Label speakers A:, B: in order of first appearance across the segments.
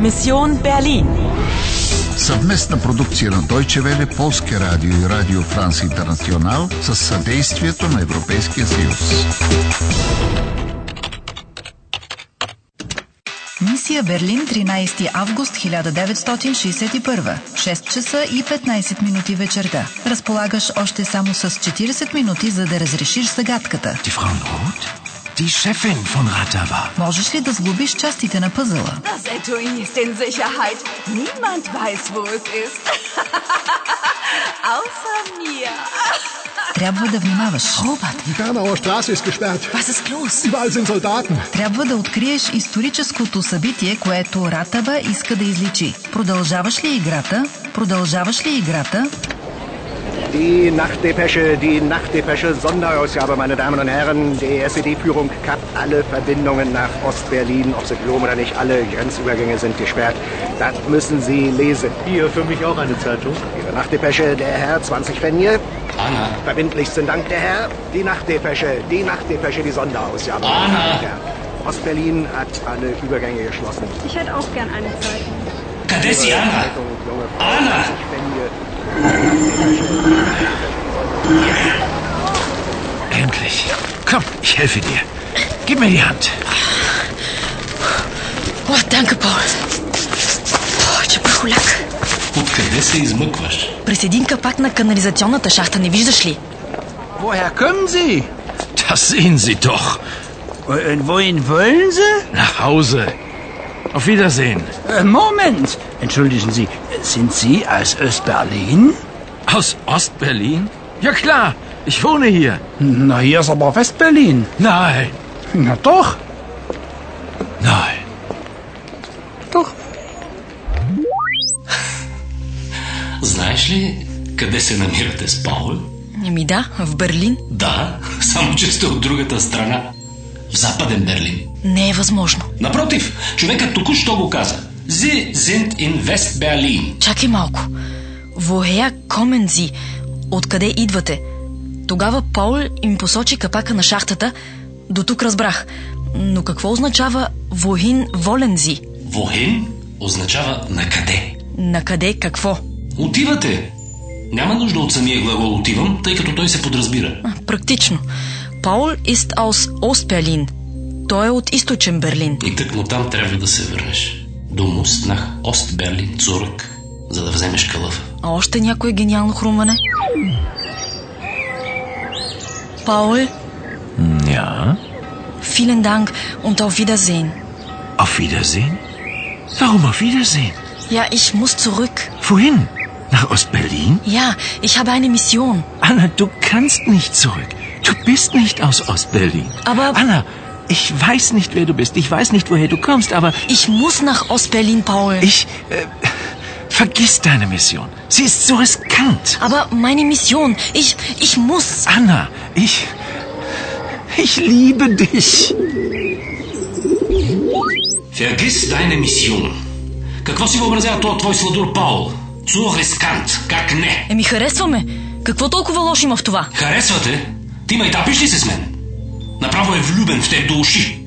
A: Mission Berlin.
B: Съвместна продукция на Deutsche Welle, Полския радио и Радио Франс Интернационал с съдействието на Европейския съюз.
C: Мисия Берлин, 13 август 1961, 6 часа и 15 минути вечерта. Разполагаш още само с 40 минути, за да разрешиш загадката.
D: Die Frau Roth? Die Chefin von Ratava.
C: Можеш ли да сглобиш частите на пъзела?
E: Das Etui ist in Sicherheit. Niemand weiß, wo es ist. Außer mir.
C: Трябва да внимаваш. Робът!
F: Die Bernauer Straße ist gesperrt.
C: Was ist los?
F: Überall sind Soldaten.
C: Трябва да откриеш историческото събитие, което Ратава иска да изличи. Продължаваш ли играта? Продължаваш ли играта?
G: Die Nachtdepesche, die Nachtdepesche, Sonderausgabe, meine Damen und Herren. Die SED-Führung kappt alle Verbindungen nach Ostberlin, ob sie glauben oder nicht. Alle Grenzübergänge sind gesperrt. Das müssen Sie lesen.
H: Hier, für mich auch eine Zeitung.
G: Ihre Nachtdepesche, der Herr, 20 Fenje. Anna. Verbindlichsten Dank, der Herr. Die Nachtdepesche, die Nachtdepesche, die Sonderausgabe. Anna. Ja. Ostberlin hat alle Übergänge geschlossen.
I: Ich hätte auch gern eine Zeitung.
D: Kadesi Anna.
G: Zeitung, junge Frau,
D: Anna.
G: 20 Fenje.
D: Endlich. Komm, ich helfe dir. Gib mir die Hand.
J: О, danke, Paul. О, че прахоляк.
K: Откъде се измъкваш?
J: През един капак на канализационната шахта, не виждаш ли?
D: Woher kommen Sie? Das sehen Sie doch.
H: Und äh, wohin wollen Sie?
D: Nach Hause. Auf Wiedersehen.
H: Äh, Moment. Entschuldigen Sie, sind Sie aus Östberlin?
D: Aus Ostberlin? Ja klar, ich wohne hier.
H: Na, hier ist aber Westberlin.
D: Nein,
H: Na doch.
D: nein.
H: Doch.
K: Знаеш ли къде се намирате с Паул?
J: Еми да, в Берлин.
K: Да, само че сте от другата страна. В Западен Берлин.
J: Не е възможно.
K: Напротив, човекът току-що го каза. Sie sind in West Berlin.
J: Чакай малко. Воея Комензи, откъде идвате? Тогава Пол им посочи капака на шахтата. До тук разбрах. Но какво означава Вохин Волензи?
K: Wohin означава на къде.
J: На къде какво?
K: Отивате. Няма нужда от самия глагол отивам, тъй като той се подразбира.
J: А, Практично. Паул ist aus Остберлин. Той е от източен Берлин.
K: И тъкмо там трябва да се върнеш. До мост на Ост Берлин Цурък, за да вземеш калъфа.
J: А още някое гениално хрумване? Паул,
D: Ja.
J: vielen Dank und auf Wiedersehen.
D: Auf Wiedersehen? Warum auf Wiedersehen?
J: Ja, ich muss zurück.
D: Wohin? Nach Ostberlin?
J: Ja, ich habe eine Mission.
D: Anna, du kannst nicht zurück. Du bist nicht aus Ostberlin.
J: Aber-
D: Anna, ich weiß nicht, wer du bist. Ich weiß nicht, woher du kommst, aber
J: Ich muss nach Ostberlin, Paul.
D: ich. Äh, vergiss deine Mission. Sie ist so riskant.
J: Aber meine Mission, ich, ich muss.
D: Anna, ich. Ich liebe dich.
K: Vergiss deine Mission. Какво си въобразява този твой сладур Паул? Цур рискант, как не?
J: Еми, харесваме. Какво толкова лошо има в това?
K: Харесвате? Ти майтапиш ли се с мен? Направо е влюбен в теб до уши.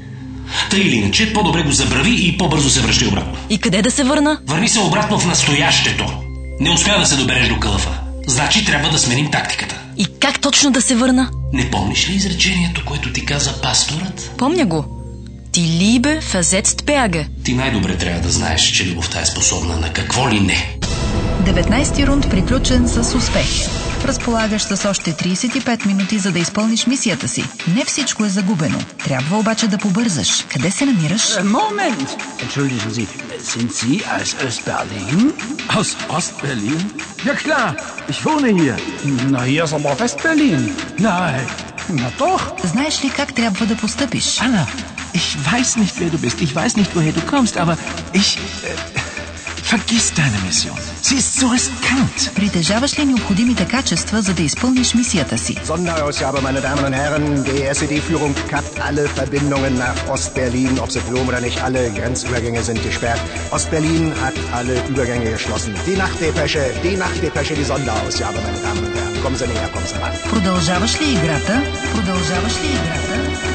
K: Та или иначе, по-добре го забрави и по-бързо се връщай обратно.
J: И къде да се върна?
K: Върни се обратно в настоящето. Не успя да се добереш до кълъфа. Значи трябва да сменим тактиката.
J: И как точно да се върна?
K: Не помниш ли изречението, което ти каза пасторът?
J: Помня го. Ти либе фазецт бяге.
K: Ти най-добре трябва да знаеш, че любовта е способна на какво ли не.
C: 19 рунд приключен с успех. Разполагаш с още 35 минути, за да изпълниш мисията си. Не всичко е загубено. Трябва обаче да побързаш. Къде се намираш?
H: Äh, Moment. Entschuldigen Sie, sind Sie aus Östberlin?
D: Aus Ostberlin? Ja klar, ich wohne hier.
H: Na, hier ist aber Westberlin.
D: Nein.
H: Na doch.
C: Знаеш ли как трябва да постъпиш?
D: Anna, ich weiß nicht, wer du bist. Ich weiß nicht, woher du kommst, aber ich. Äh, vergiss deine Mission. Sie ist so riskant.
C: Притежаваш ли необходимите качества, за да изпълниш мисията си?
G: Sonderausgabe, meine Damen und Herren. Die SED-Führung kappt alle Verbindungen nach Ostberlin, ob sie glauben oder nicht. Alle Grenzübergänge sind gesperrt. Ostberlin hat alle Übergänge geschlossen. Die Nachtdepesche, die Nachtdepesche, die Sonderausgabe, meine Damen und Herren. Kommen Sie näher, kommen Sie ran.
C: Продължаваш ли играта? Продължаваш ли играта?